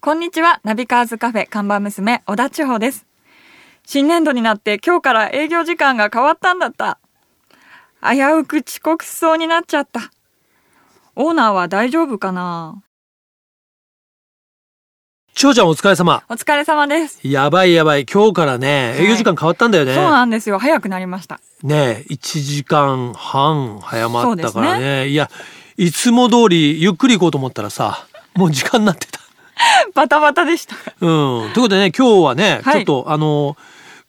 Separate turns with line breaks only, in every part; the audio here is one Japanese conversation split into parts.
こんにちは、ナビカーズカフェ看板娘、小田千穂です。新年度になって今日から営業時間が変わったんだった。危うく遅刻しそうになっちゃった。オーナーは大丈夫かな
千穂ちゃんお疲れ様。
お疲れ様です。
やばいやばい。今日からね、
い
営業時間変わったんだよね。
そうなんですよ。早くなりました。
ねえ、1時間半早まったから
そう
ね。いや、いつも通りゆっくり行こうと思ったらさ、もう時間になってた。
バタバタでした。
うん。ということでね、今日はね、
はい
ちょっとあの、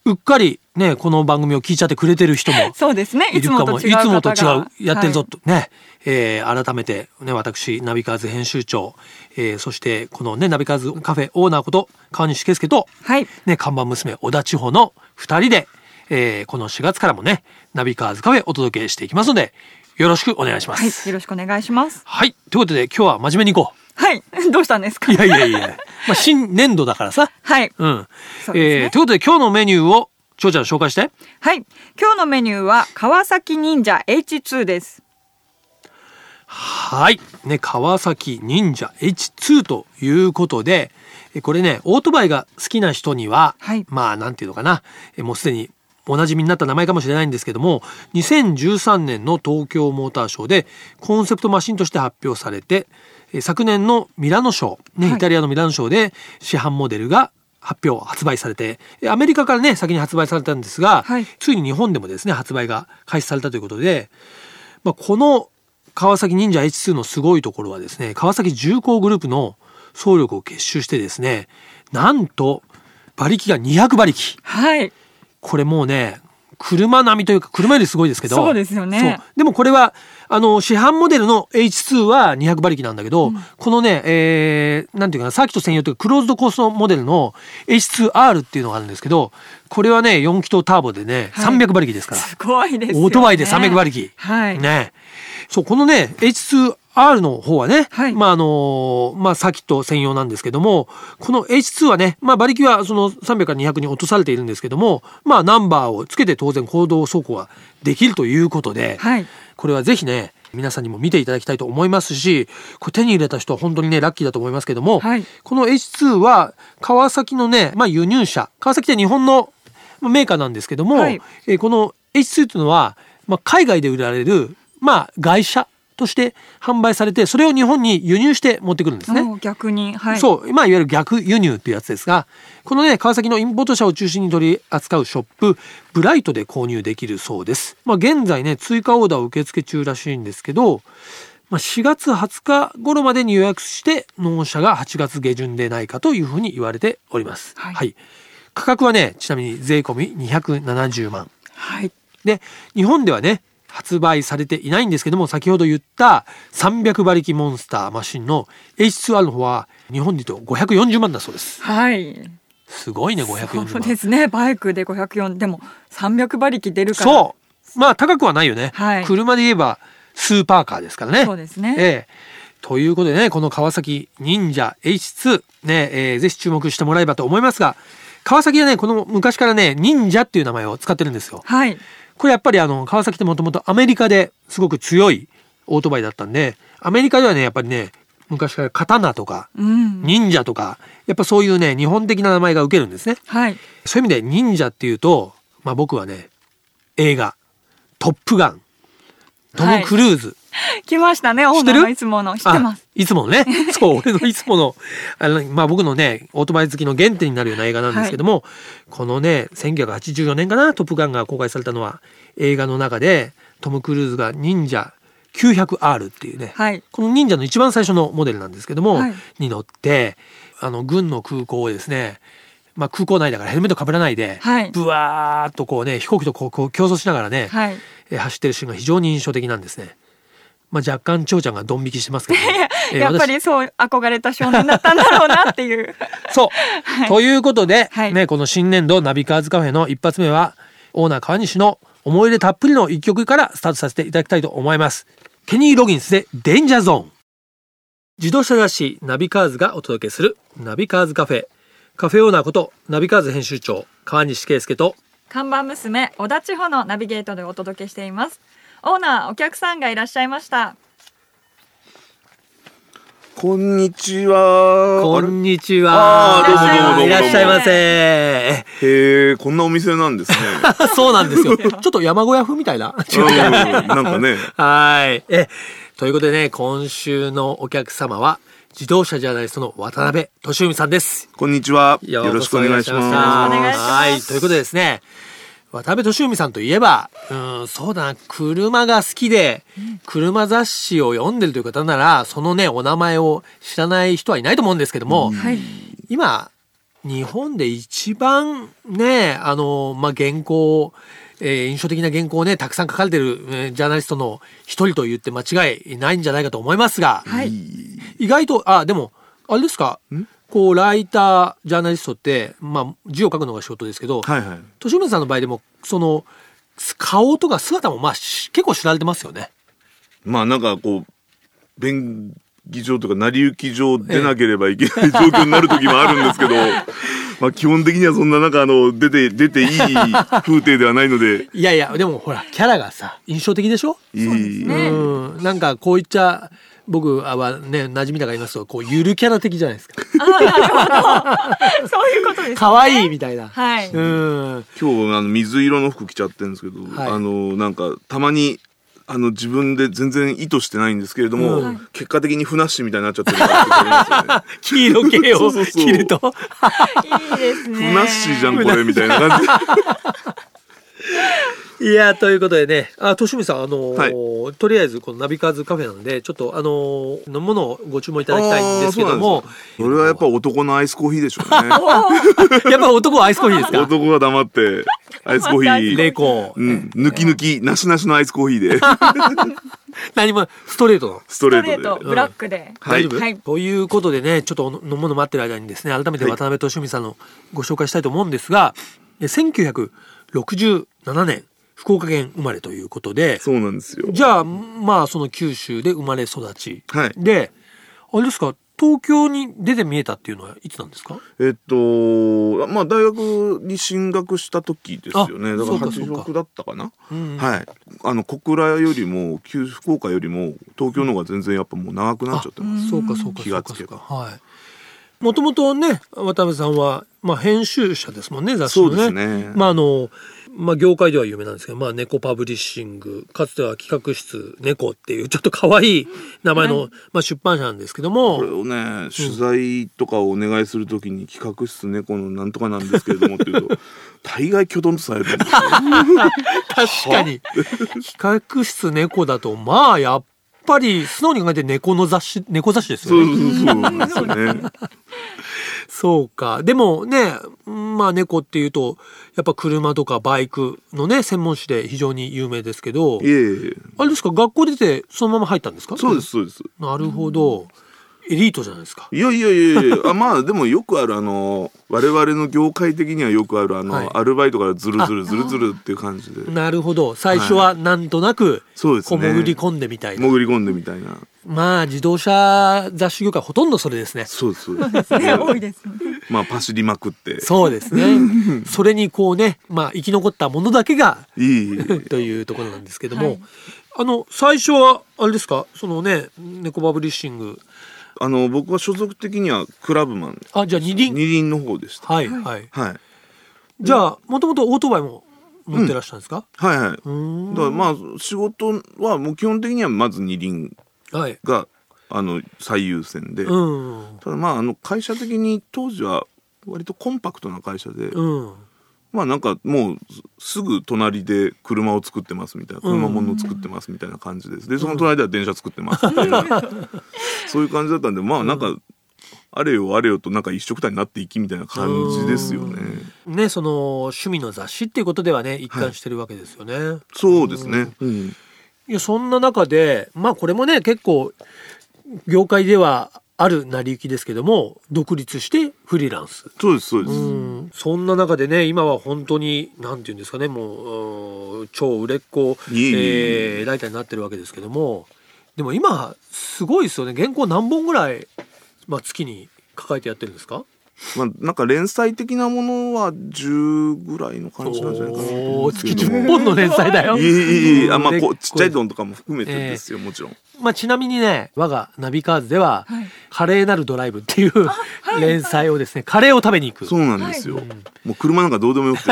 うっかりね、この番組を聞いちゃってくれてる人も
そうですね。
い
いつ
るか
も
も
と
い
違う
つ
方
もと
が。
違うやってるぞ
はい
と、ね、えー改めてね私ナビカーズ編集長、えーそしてこのねナビカーズカフェオーナーこと川西圭介と、
はい
ね、看板娘小田千穂の2人で、えーこの4月からもねナビカーズカフェお届けしていきますのでよろしくお願いしま
はい。
す。
よろしくお願いします。
はい、ということで今日は真面目にいこ
はい。 どうしたんですか
う。いやいやいや、 まあ、新年度だからさ。
はい。
うん
そうですね
えーということで今日のメニューを千穂ちゃん紹介して。
はい。今日のメニューは、川崎忍者 H2 です。
はい。ね、川崎忍者 H2 ということで、えこれね、オートバイが好きな人には、
はい
まあ、なんていうのかな、えもうすでにおなじみになった名前かもしれないんですけども、2013年の東京モーターショーでコンセプトマシンとして発表されて、え昨年のミラノショー、ね、
はい
イタリアのミラノショーで市販モデルが発表、発売されて、えアメリカからね、先に発売されたんですが、
はい
ついに日本でもですね、発売が開始されたということで、まあ、この川崎忍者 H2 のすごいところはですね川崎重工グループの総力を結集してですねなんと馬力が200馬力
はい。
これもうね車並みというか車よりすごいですけど
そうですよね
そうでもこれはあの市販モデルの H2 は200馬力なんだけど、このね、えーなんていうかなサーキット専用というかクローズドコーストモデルの H2R っていうのがあるんですけどこれはね4気筒ターボでね、
はい
300馬力ですか ら
すごいですよね。
オートバイで300馬力。
はい。
ね。そう、このね、H2R の方はね、
はい
まああのーまあサーキット専用なんですけども、この H2 はね、まあ馬力はその300から200に落とされているんですけども、まあナンバーをつけて当然行動走行はできるということで、
はい。
これはぜひね、皆さんにも見ていただきたいと思いますし、これ手に入れた人は本当にね、ラッキーだと思いますけども、
はい
この H2 は川崎のね、まあ輸入車、川崎って日本のまあメーカーなんですけども、
はい
えーこの H2 というのは、まあ、海外で売られる、まあ、外車として販売されて、それを日本に輸入して持ってくるんですね。
もう逆に、はい。
そう、まあ、いわゆる逆輸入っていうやつですが、このね、川崎のインポート車を中心に取り扱うショップ、ブライトで購入できるそうです。まあ、現在ね、追加オーダーを受付中らしいんですけど、まあ、4月20日頃までに予約して、納車が8月下旬でないかというふうに言われております。
はい
価格はね、ちなみに税込み270万。
はい。
で日本ではね発売されていないんですけども先ほど言った300馬力モンスターマシンの H2R の方は日本で言うと540万だそうです
はい。
すごいね540万
そうですね。バイクで504、でも300馬力出るから。
そうまあ高くはないよね、
はい
車で言えばスーパーカーですからね
そうですね
ええということでねこの川崎忍者 H2 ね、えーぜひ注目してもらえればと思いますが川崎はねこの昔からね忍者っていう名前を使ってるんですよ
はい。
これやっぱりあの川崎ってもともとアメリカですごく強いオートバイだったんでアメリカではねやっぱりね昔から刀とか
うん。
忍者とかやっぱそういうね日本的な名前が受けるんですね
はい。
そういう意味で忍者っていうと、まあ、僕はね映画「トップガン」トム・クルーズ、
来ましたね。オーナーのいつもの。知ってます。
あいつものね。 そう、俺のいつもの、あの、まあ、僕のね、オートバイ好きの原点になるような映画なんですけども、このね、1984年かな、トップガンが公開されたのは、映画の中で、トム・クルーズが忍者 900R っていうね、
はい。
この忍者の一番最初のモデルなんですけども、
はい
に乗って、あの、軍の空港をですね、まあ、空港内だからヘルメットかぶらないで、
はい
ぶわーっとこうね、飛行機とこうこう競争しながらね、
はい。
えー走ってるシーンが非常に印象的なんですね。まあ、若干長ちゃんがドン引きしてますけど、ねえー
やっぱ
私
りそう憧れた少年だったんだろうなっていう。
そう、ということで、
はい
ねこの新年度ナビカーズカフェの一発目はオーナー川西の思い入れたっぷりの一曲からスタートさせていただきたいと思います。ケニー・ロギンスでデンジャーゾーン。自動車雑誌ナビカーズがお届けするナビカーズカフェ。カフェオーナーことナビカーズ編集長川西圭介と
看板娘小田千穂のナビゲートでお届けしていますオーナーお客さんがいらっしゃいました
こんにちは。
こ
あれ
んにち
あ
は。
ーどうもどうもどうも
いらっしゃいませ。
へえ、こんなお店なんですね。
そうなん ですよ。ちょっと山小屋風みたいな。
うんなんかね。
はい。え、ということでね、今週のお客様は、自動車ジャーナリストの渡辺俊文さんです。
こんにちは。よろしくお願いしま。
よろしくお願いしますす
はい。ということでですね、渡辺俊文さんといえば、うん、そうだな、車が好きで、車雑誌を読んでるという方なら、そのね、お名前を知らない人はいないと思うんですけども、
はい。
今日本で一番ねあの、まあ、原稿、えー印象的な原稿をねたくさん書かれてる、えージャーナリストの一人と言って間違いないんじゃないかと思いますが、
はい。
意外とあでもあれですかこうライタージャーナリストって、まあ、字を書くのが仕事ですけど、
はいはい。
敏文さんの場合でもその顔とか姿も、まあ、し結構知られてますよね。
まあなんかこう、便宜上とか成り行き上出なければいけない状況になる時もあるんですけど、まあ基本的にはそんななんかあの、出て、出ていい風景ではないので、
いやいやでもほらキャラがさ印象的でしょ
いい。
ね
うん、なんかこういっちゃ僕はね馴染みだから言いますとこうゆるキャラ的じゃないですか
ああ、なるほど。そういうことです、ね。
可愛いみたいな、
はい。
うん
今日あの水色の服着ちゃってるんですけど、
はい
あのなんかたまにあの自分で全然意図してないんですけれども、
うん
結果的にふなっしーみたいになっちゃってるな
黄色系
そう
を
そうそう
着ると
いいですね。
ふなっしーじゃんこれみたいな感じ で
いやということでねあとしみさんあのーとりあえずこのナビカーズカフェなんでちょっとあのー飲み物をご注文いただきたいんですけども
あーそうなんですねそれはやっぱ男のアイスコーヒーでしょうね
やっぱ男はアイスコーヒーですか
男が黙ってアイスコーヒ
レ
ー、
コ
う
ー
ん、抜き抜きなしなしのアイスコーヒーで
何もストレートの
スト
ス
レ
トレ
ー
ー
ト
ト、
で。
ブラックで。
はい
大丈夫、
はい
ということでねちょっと飲むの待ってる間にですね改めて渡辺俊美さんのご紹介したいと思うんですが、え1967年福岡県生まれということで
そうなんですよ。
じゃあまあその九州で生まれ育ち、
はい
であれですか東京に出て見えたっていうのはいつなんですか
えっと、まあ大学に進学した時ですよね。
あ
だから
そうか
八
そうか
六だったかな。
うん
はい。あの小倉よりも旧福岡よりも東京の方が全然やっぱもう長くなっちゃってます。
そうかそうかそ
気
う
が
か
つ
そう
け
か
ば
はいもともとね渡辺さんは、まあ、編集者ですもんね雑誌
そ
の
うですね。
まああのまあ、業界では有名なんですけど、まあ、猫パブリッシングかつては企画室猫っていうちょっと可愛い名前の、まあ、出版社なんですけども
これをね取材とかをお願いするときに企画室猫のなんとかなんですけれどもっ ていうと大概きょとんとされるんですよ
確かに企画室猫だとまあやっぱり素直に考えて猫の雑誌猫雑誌ですよ
そ
ね
うそうそうな んですよね。
そうか。でもね、まあ猫っていうと、やっぱ車とかバイクのね、専門誌で非常に有名ですけど
い、えいえ
あれですか、学校出てそのまま入ったんですか
そうです。そうです。
なるほど。エリートじゃないですか。
いやいやいやいやあまあでもよくあるあの我々の業界的にはよくあるあの、
はい
アルバイトからズルズルズルズルっていう感じで
なるほど。最初はなんとなく、
そうです
こ
ね
う潜り込んでみたいな。
潜り込んでみたいな
まあ自動車雑誌業界ほとんどそれですね。
そうです
ね、多いですね。
まあパシリまくって
そうです ね。それにこうね、まあ生き残ったものだけが
いいいい
というところなんですけども、
はい
あの最初はあれですかそのね猫バブリッシング
あの僕は所属的にはクラブマン
あじゃあ二輪
二輪の方でした
はいはい
はい
じゃあもともとオートバイも乗ってらっしゃるんですか、
はいはいう
ーん
だからまあ仕事はもう基本的にはまず二輪
はい
があの最優先で、
うん
ただまああの会社的に当時は割とコンパクトな会社で、
うん
まあなんかもうすぐ隣で車を作ってますみたいな車もの作ってますみたいな感じです、でその隣では電車作ってますみたいな、そういう感じだったんでまあなんか、あれよあれよとなんか一緒くたになっていきみたいな感じですよね、
ねその趣味の雑誌っていうことではね一貫してるわけですよね、
そうですね、うん
いやそんな中でまあこれもね結構業界ではある成り行きですけども独立してフリーランス
そうですそうです、
うん、そんな中でね今は本当になんていうんですかねもううん超売れっ子、え
いえいえいえ
ーライターになってるわけですけどもでも今すごいですよね原稿何本ぐらい、まあ、月に抱えてやってるんですか
まあ、なんか連載的なものは10ぐらいの感じなんじゃないかなと
お
思う
お
んです
月
けど
10本の連載だよ
いえいえいえあまあ
で
こうちっちゃいドンとかも含めてですよ、もちろん
まあ、ちなみにね我がナビカーズでは
はい
「カレーなるドライブ」っていう連載をですねカレーを食べに行く
そうなんですよ、
はい
もう車なんかどうでもよくて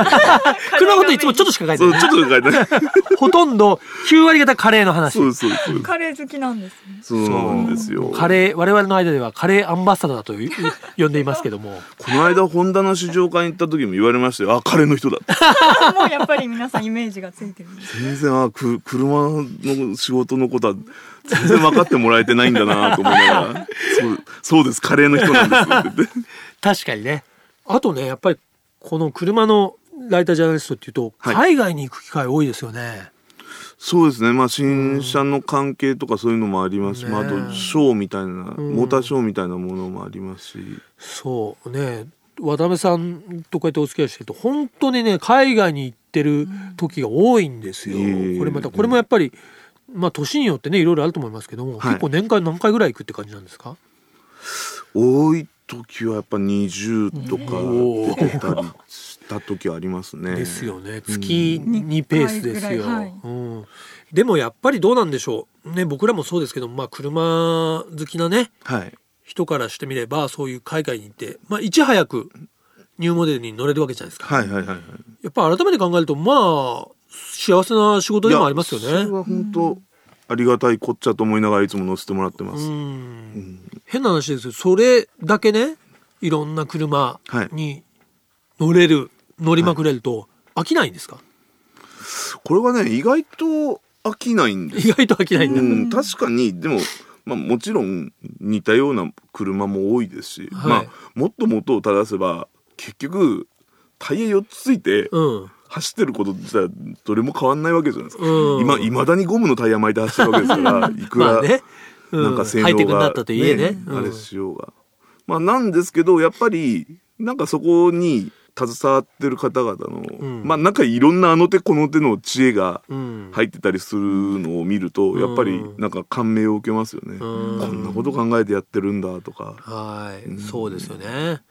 車のこといつもちょっとしか書いて
そう
な
ちょ
い
っと書いてない
ほとんど9割方カレーの話
そうそうそう
カレー好きなんですね。
そうなんですよ
カレー我々の間ではカレーアンバサダーだという 呼んでいますけども
この間ホンダの試乗会に行った時も言われましたよあカレーの人だって
もうやっぱり皆さんイメージがついてる。
全然あく車の仕事のことは全然分かってもらえてないんだなと思いながらそうそうですカレーの人なんですって言って
確かにねあとねやっぱりこの車のライタージャーナリストっていうと
はい
海外に行く機会多いですよね、
そうですねまあ新車の関係とかそういうのもありますし、
ねえ
まあ、あとショーみたいな、
ん
モーターショーみたいなものもありますし
そうね渡辺さんとこうやってお付き合いしてると本当にね海外に行ってる時が多いんですよ、
うん
これまたこれもやっぱりまあ年によってねいろいろあると思いますけども、
はい
結構年間何回ぐらい行くって感じなんですか
多い時はやっぱ20と
お
か
ー
出てたりした時ありますね。
ですよね月2ペースですよ、
二回ぐらいはい
うん、でもやっぱりどうなんでしょうね僕らもそうですけどまあ車好きなね
はい
人からしてみればそういう海外に行って、まあ、いち早くニューモデルに乗れるわけじゃないですか、
はいはいはいはい。
やっぱ改めて考えるとまあ幸せな仕事でもありますよ
いやそれ
ね
は本当ありがたいこっちゃと思いながらいつも乗せてもらってま
う
す。
ん
ん
変な話ですよそれだけねいろんな車に乗れる、乗りまくれると飽きないんですか
これがね意外と飽きないんです
意外と飽きないんだ、
うん、確かにでも、まあ、もちろん似たような車も多いですし、
はい
まあ、もっと元を正せば結局タイヤ4つついて
うん
走ってること自体はどれも変わんないわけじゃないですか。
うん
今いまだにゴムのタイヤ巻いて走ってるわけですからい く
ま
ら、
あね、う
なんか性能が、
ハイテクになったといえねうん
あれしようが。まあなんですけどやっぱりなんかそこに携わってる方々の、
うん
まあなんかいろんなあの手この手の知恵が
うん
入ってたりするのを見ると、やっぱりなんか感銘を受けますよね、
うん
こんなこと考えてやってるんだとか、
はい、
うん
そうですよね。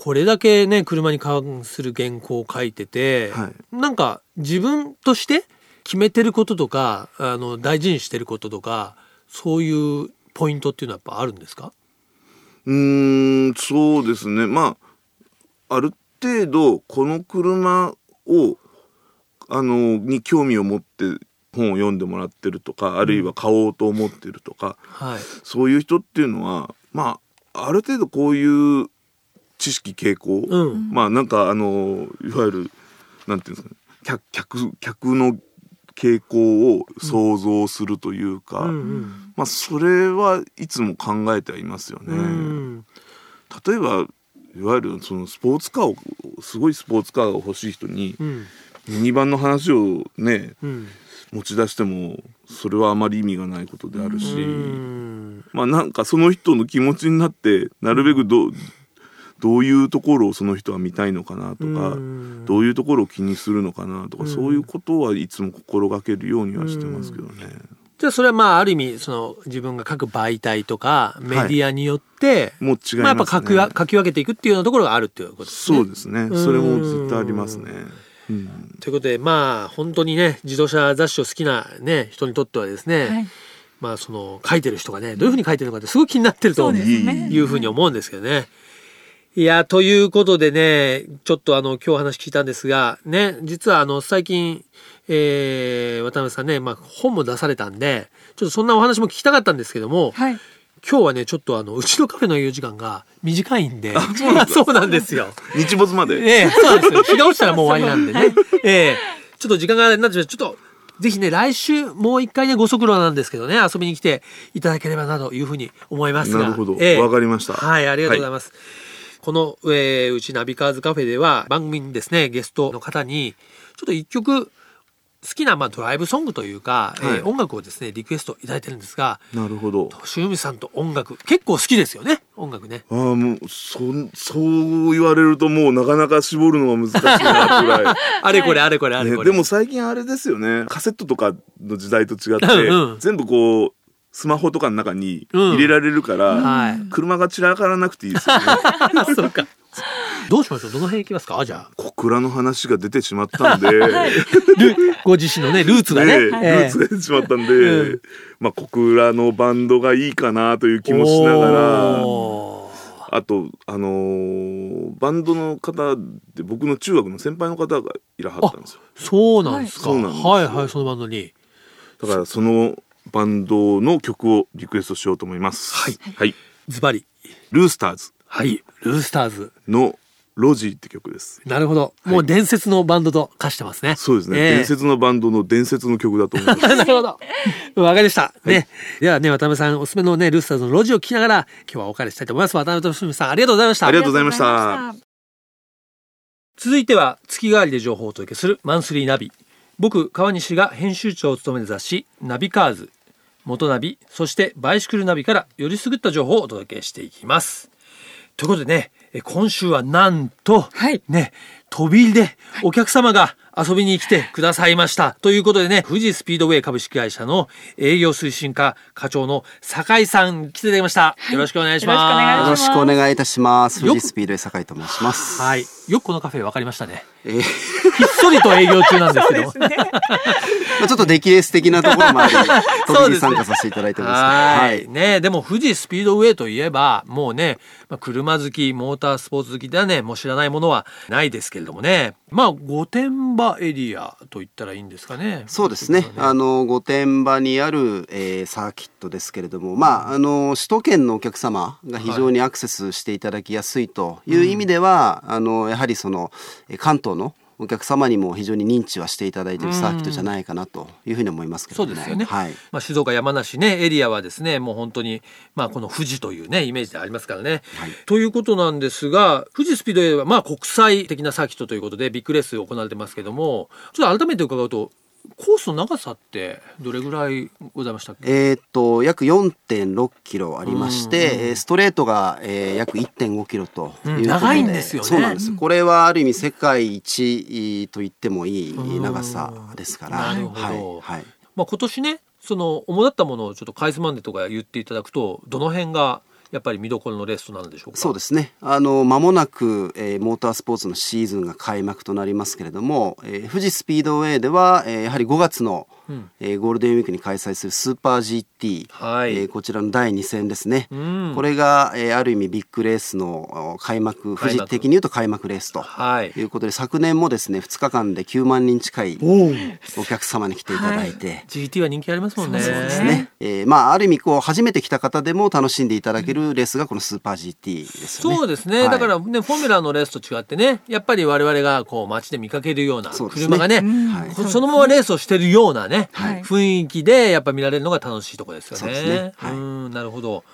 これだけね車に関する原稿を書いてて、
はい
なんか自分として決めてることとかあの大事にしてることとかそういうポイントっていうのはやっぱあるんですか、
うーんそうですねまあある程度この車をあのに興味を持って本を読んでもらってるとかあるいは買おうと思ってるとか、
はい
そういう人っていうのはまあある程度こういう知識傾向、
うん
まあなんかあのいわゆるなんていうんですかね客客客の傾向を想像するというか、
うん
まあそれはいつも考えてはいますよ
うんう
ね。
ん
例えばいわゆるそのスポーツカーをすごいスポーツカーが欲しい人に
うん
ミニバンの話をね
うん
持ち出してもそれはあまり意味がないことであるし。
うん
まあなんかその人の気持ちになってなるべくどうどういうところをその人は見たいのかなとか、
うん
どういうところを気にするのかなとか、
うん
そういうことはいつも心がけるようにはしてますけどね。
じゃあそれはまあある意味その自分が書く媒体とかメディアによって、
もう違いますね。
まあ、やっぱ書くわ書き分けていくっていうようなところがあるっていうことですね。
そうですね。
ん
それも絶対ありますね。うん、
ということでまあ本当にね自動車雑誌を好きな、ね、人にとってはですね、
はい。
まあその書いてる人がねどういうふうに書いてるのかってすごく気になってる
そ
と
うですね。
いうふうに思うんですけどね。いやということでねちょっとあの今日お話聞いたんですがね実はあの最近、えー渡辺さんね、まあ、本も出されたんでちょっとそんなお話も聞きたかったんですけども、
はい。
今日はねちょっとあのうちのカフェの営業時間が短いんで そうなんですよ。
日没まで。
ええ、そうなんですよ。日が落ちたらもう終わりなんで ね。ええ、ちょっと時間があれになってしまうちょっと、ぜひね、来週もう一回ね、ご足労なんですけどね、遊びに来ていただければなというふうに思いますが。
なるほど
ええ
わかりました
はい、ありがとうございます。この、えーうちナビカーズカフェでは番組にですね、ゲストの方に、ちょっと一曲、好きな、まあ、ドライブソングというか、
はい
えー音楽をですね、リクエストいただいてるんですが、
なるほど。
塩見さんと音楽、結構好きですよね、音楽ね。
ああもうそそう言われるともうなかなか絞るのが難しいなってぐらい。
あれこれ、あれこれ、あれ
ね
これ。
でも最近あれですよねカセットとかの時代と違って、
うんうん
全部こうスマホとかの中に
うん
入れられるから、
はい
車が散らからなくていいですよね
あそうか。どうしましょうどの辺行きますかじゃあ
小倉の話が出てしまったんで、
ルご自身のねルーツがね、え
ねル
え
ーツが出てしまったんで、
うん
まあ小倉のバンドがいいかなという気もしながら
おー
あとあのーバンドの方で僕の中学の先輩の方がいらはったんですよ
そうなんですか、
は
はいい、
そうなんです
はいそのバンドに
だからそのバンドの曲をリクエストしようと思います
はい、
はい、
ズバリ
ルースターズ
はいルースターズ
のロジーって曲です
なるほど、
はい
もう伝説のバンドと化してますね
そうですね、
ええ
伝説のバンドの伝説の曲だと思います
なるほど。わかりました。ね。ではね、渡辺さんおすすめのね、ルースターズの路地を聞きながら、今日はお別れしたいと思います。渡辺俊美さん、ありがとうございました
あり。がとうございました
ありがとうございまし
続いては、月替わりで情報をお届けするマンスリーナビ。僕、川西が編集長を務める雑誌、ナビカーズ、元ナビ、そしてバイシクルナビからよりすぐった情報をお届けしていきます。ということでね、え今週はなんと、
はい
ね、飛び入りでお客様が遊びに来てくださいました。ということでね、富士スピードウェイ株式会社の営業推進課課長の酒井さん来ていただきました。よろしくお願いします。
よろしくお願いしま
よろしくお願いいたします。富士スピードで酒井と申します。
はい。よくこのカフェ分かりましたね。
えー
ひっそりと営業中なんですけど。
そうですね。
まあちょっと出来レース的なところも あり、飛びに参加させていただいてます。
は
はいい。
ねでも富士スピードウェイといえばもうね、まあ、車好きモータースポーツ好きではねもう知らないものはないですけれどもねまあ御殿場エリアと言ったらいいんですかね
そうですね。あの御殿場にある、えーサーキットですけれども、まああの首都圏のお客様が非常にアクセスしていただきやすいという意味では、あのやはりそのえー関東のお客様にも非常に認知はしていただいているサーキットじゃないかなというふうに思いますけれ
そ
ど
う
も、
ですよね、
はい。
まあ、静岡山梨ねエリアはですねもう本当に、まあ、この富士というねイメージでありますからね。ということなんですが富士スピードウェイはまあ国際的なサーキットということでビッグレース行われてますけどもちょっと改めて伺うとコースの長さってどれぐらいございましたっけ
えーっと約4.6キロありまして、えーストレートが、えー約1.5キロということで、
うん長いんですよね
そうなんです。これはある意味世界一と言ってもいい長さですから、
うんなるほど
はいはい
まあ、今年ねその主だったものをちょっとかいつまんでとか言っていただくとどの辺がやっぱり見どころのレースとなるんでしょうか
そうですねあの間もなく、えーモータースポーツのシーズンが開幕となりますけれども、えー富士スピードウェイでは、えーやはり5月の、
うん
えーゴールデンウィークに開催するスーパー GT、
はい
えーこちらの第2戦ですね、
うん
これが、えーある意味ビッグレースのお開幕富
開幕
士的に言うと開幕レースと
はい
いうことで昨年もですね2日間で9万人近い
お
お客様に来ていただいて。
GT は人気ありますもんね
そう
ですね、えーまあある意味こう初めて来た方でも楽しんでいただけるレースがこのスーパー GT ですよね。
そうですね、
はい
だからねフォーミュラーのレースと違ってねやっぱり我々がこう街で見かけるような
そうですね
車がね
うん
はい
こそのままレースをしてるようなね、
はい
雰囲気でやっぱ見られるのが楽しいとこですよね。
そうですねはい
うんなるほど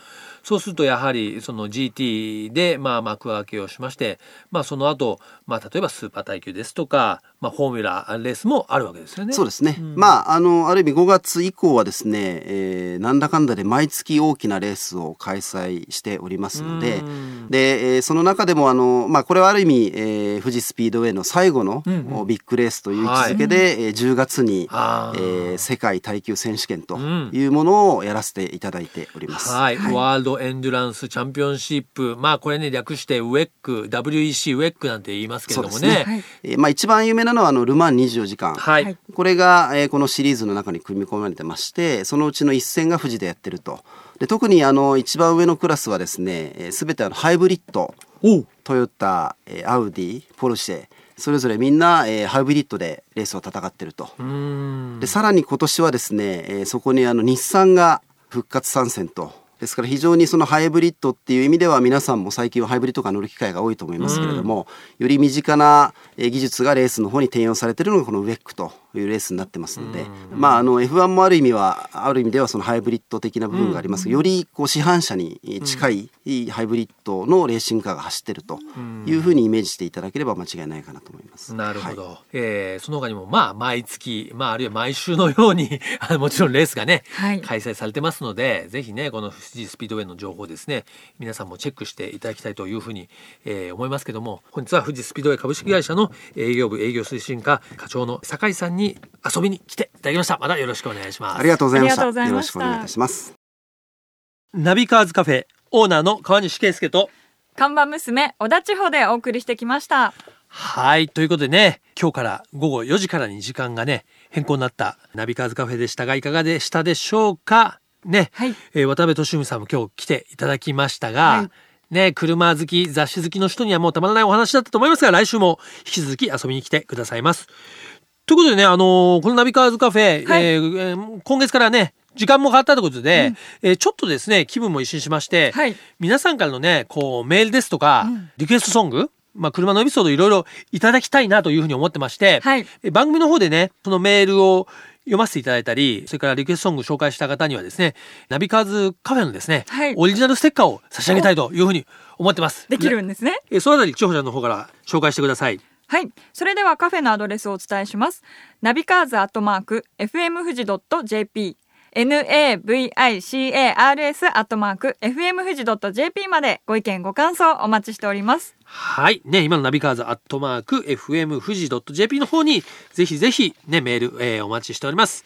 そうするとやはりその GT でまあ幕開けをしまして、まあ、その後、まあ例えばスーパー耐久ですとか、まあ、フォーミュラーレースもあるわけですよね。
そうですね、
ん
まああのある意味5月以降はですね、えーなんだかんだで毎月大きなレースを開催しておりますので、
うん
で、えーその中でもあの、まあ、これはある意味、えー富士スピードウェイの最後の、
うんうん
おビッグレースという位置づけで、えー10月に、え
あー
ー世界耐久選手権と
ん
いうものをやらせていただいております。
はい、ワールドエンデュランスチャンピオンシップ、まあこれね略してウェック、WEC ウェックなんて言いますけれども
そうで
ね。
す
はい
えーまあ、一番有名なのはあのル・マン24時間、
はい、
はい
これが、えーこのシリーズの中に組み込まれてましてそのうちの一戦が富士でやってるとで特にあの一番上のクラスはですね、えー、全てあのハイブリッド
おう
トヨタ、えーアウディポルシェそれぞれみんな、えーハイブリッドでレースを戦ってると
うーん
でさらに今年はですね、えーそこにあの日産が復活参戦とですから非常にそのハイブリッドっていう意味では皆さんも最近はハイブリッドカー乗る機会が多いと思いますけれども、より身近なえー技術がレースの方に転用されているのがこのウェックというレースになってますので、まああの F1 もある意味はある意味ではそのハイブリッド的な部分がありますが、よりこう市販車にえー近いいいハイブリッドのレーシングカーが走ってるというふうにイメージしていただければ間違いないかなと思います。
なるほど、
はい
えーその他にもまあ毎月、まあ、あるいは毎週のように あのもちろんレースがね、
はい
開催されてますのでぜひねこの富士スピードウェイの情報ですね皆さんもチェックしていただきたいというふうに、えー思いますけども本日は富士スピードウェイ株式会社の営業部営業推進課課長の酒井さんに遊びに来ていただきましたまたよろしくお願いします
ありがとうございまし
あ
た。
りがとうござい
よ
ま
ろ
し
したくお願いいたします。
ナビカーズカフェオーナーの川西圭介と
看板娘小田地方でお送りしてきました
はい。ということでね、今日から午後4時からに時間がね、変更になったナビカーズカフェでしたが、いかがでしたでしょうかね、
はい
えー渡辺俊文さんも今日来ていただきましたが、
はい
ね、車好き、雑誌好きの人にはもうたまらないお話だったと思いますが、来週も引き続き遊びに来てくださいます。ということでね、あのーこのナビカーズカフェ、
はい
えーえー今月からね、時間も変わったということで、えーちょっとですね、気分も一新しまして、
はい
皆さんからのね、こう、メールですとか、リクエストソング、まあ、車のエピソードいろいろいただきたいなというふうに思ってまして、
はい
え番組の方でね、そのメールを読ませていただいたり、それからリクエストソング紹介した方にはですね、ナビカーズカフェのですね、
はい
オリジナルステッカーを差し上げたいというふうに思ってます。
できる
ね
んですね
えそのあたり、千穂ちゃんの方から紹介してください。
はい。それではカフェのアドレスをお伝えします。ナビカーズアットマーク、fmfuji.jp、navicars アットマーク、fmfuji.jp までご意見ご感想お待ちしております。
はい。ね、今のナビカーズアットマーク FM 富士 .jp の方に、ぜひぜひね、メール、えーお待ちしております。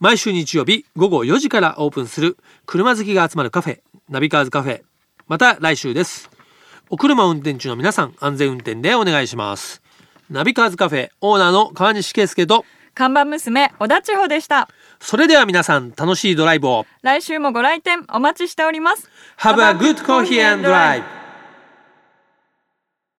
毎週日曜日午後4時からオープンする車好きが集まるカフェ、ナビカーズカフェ。また来週です。お車運転中の皆さん、安全運転でお願いします。ナビカーズカフェオーナーの川西圭介と、
看板娘、小田千穂でした。
それでは皆さん楽しいドライブを。
来週もご来店お待ちしております。
Have a good coffee and drive!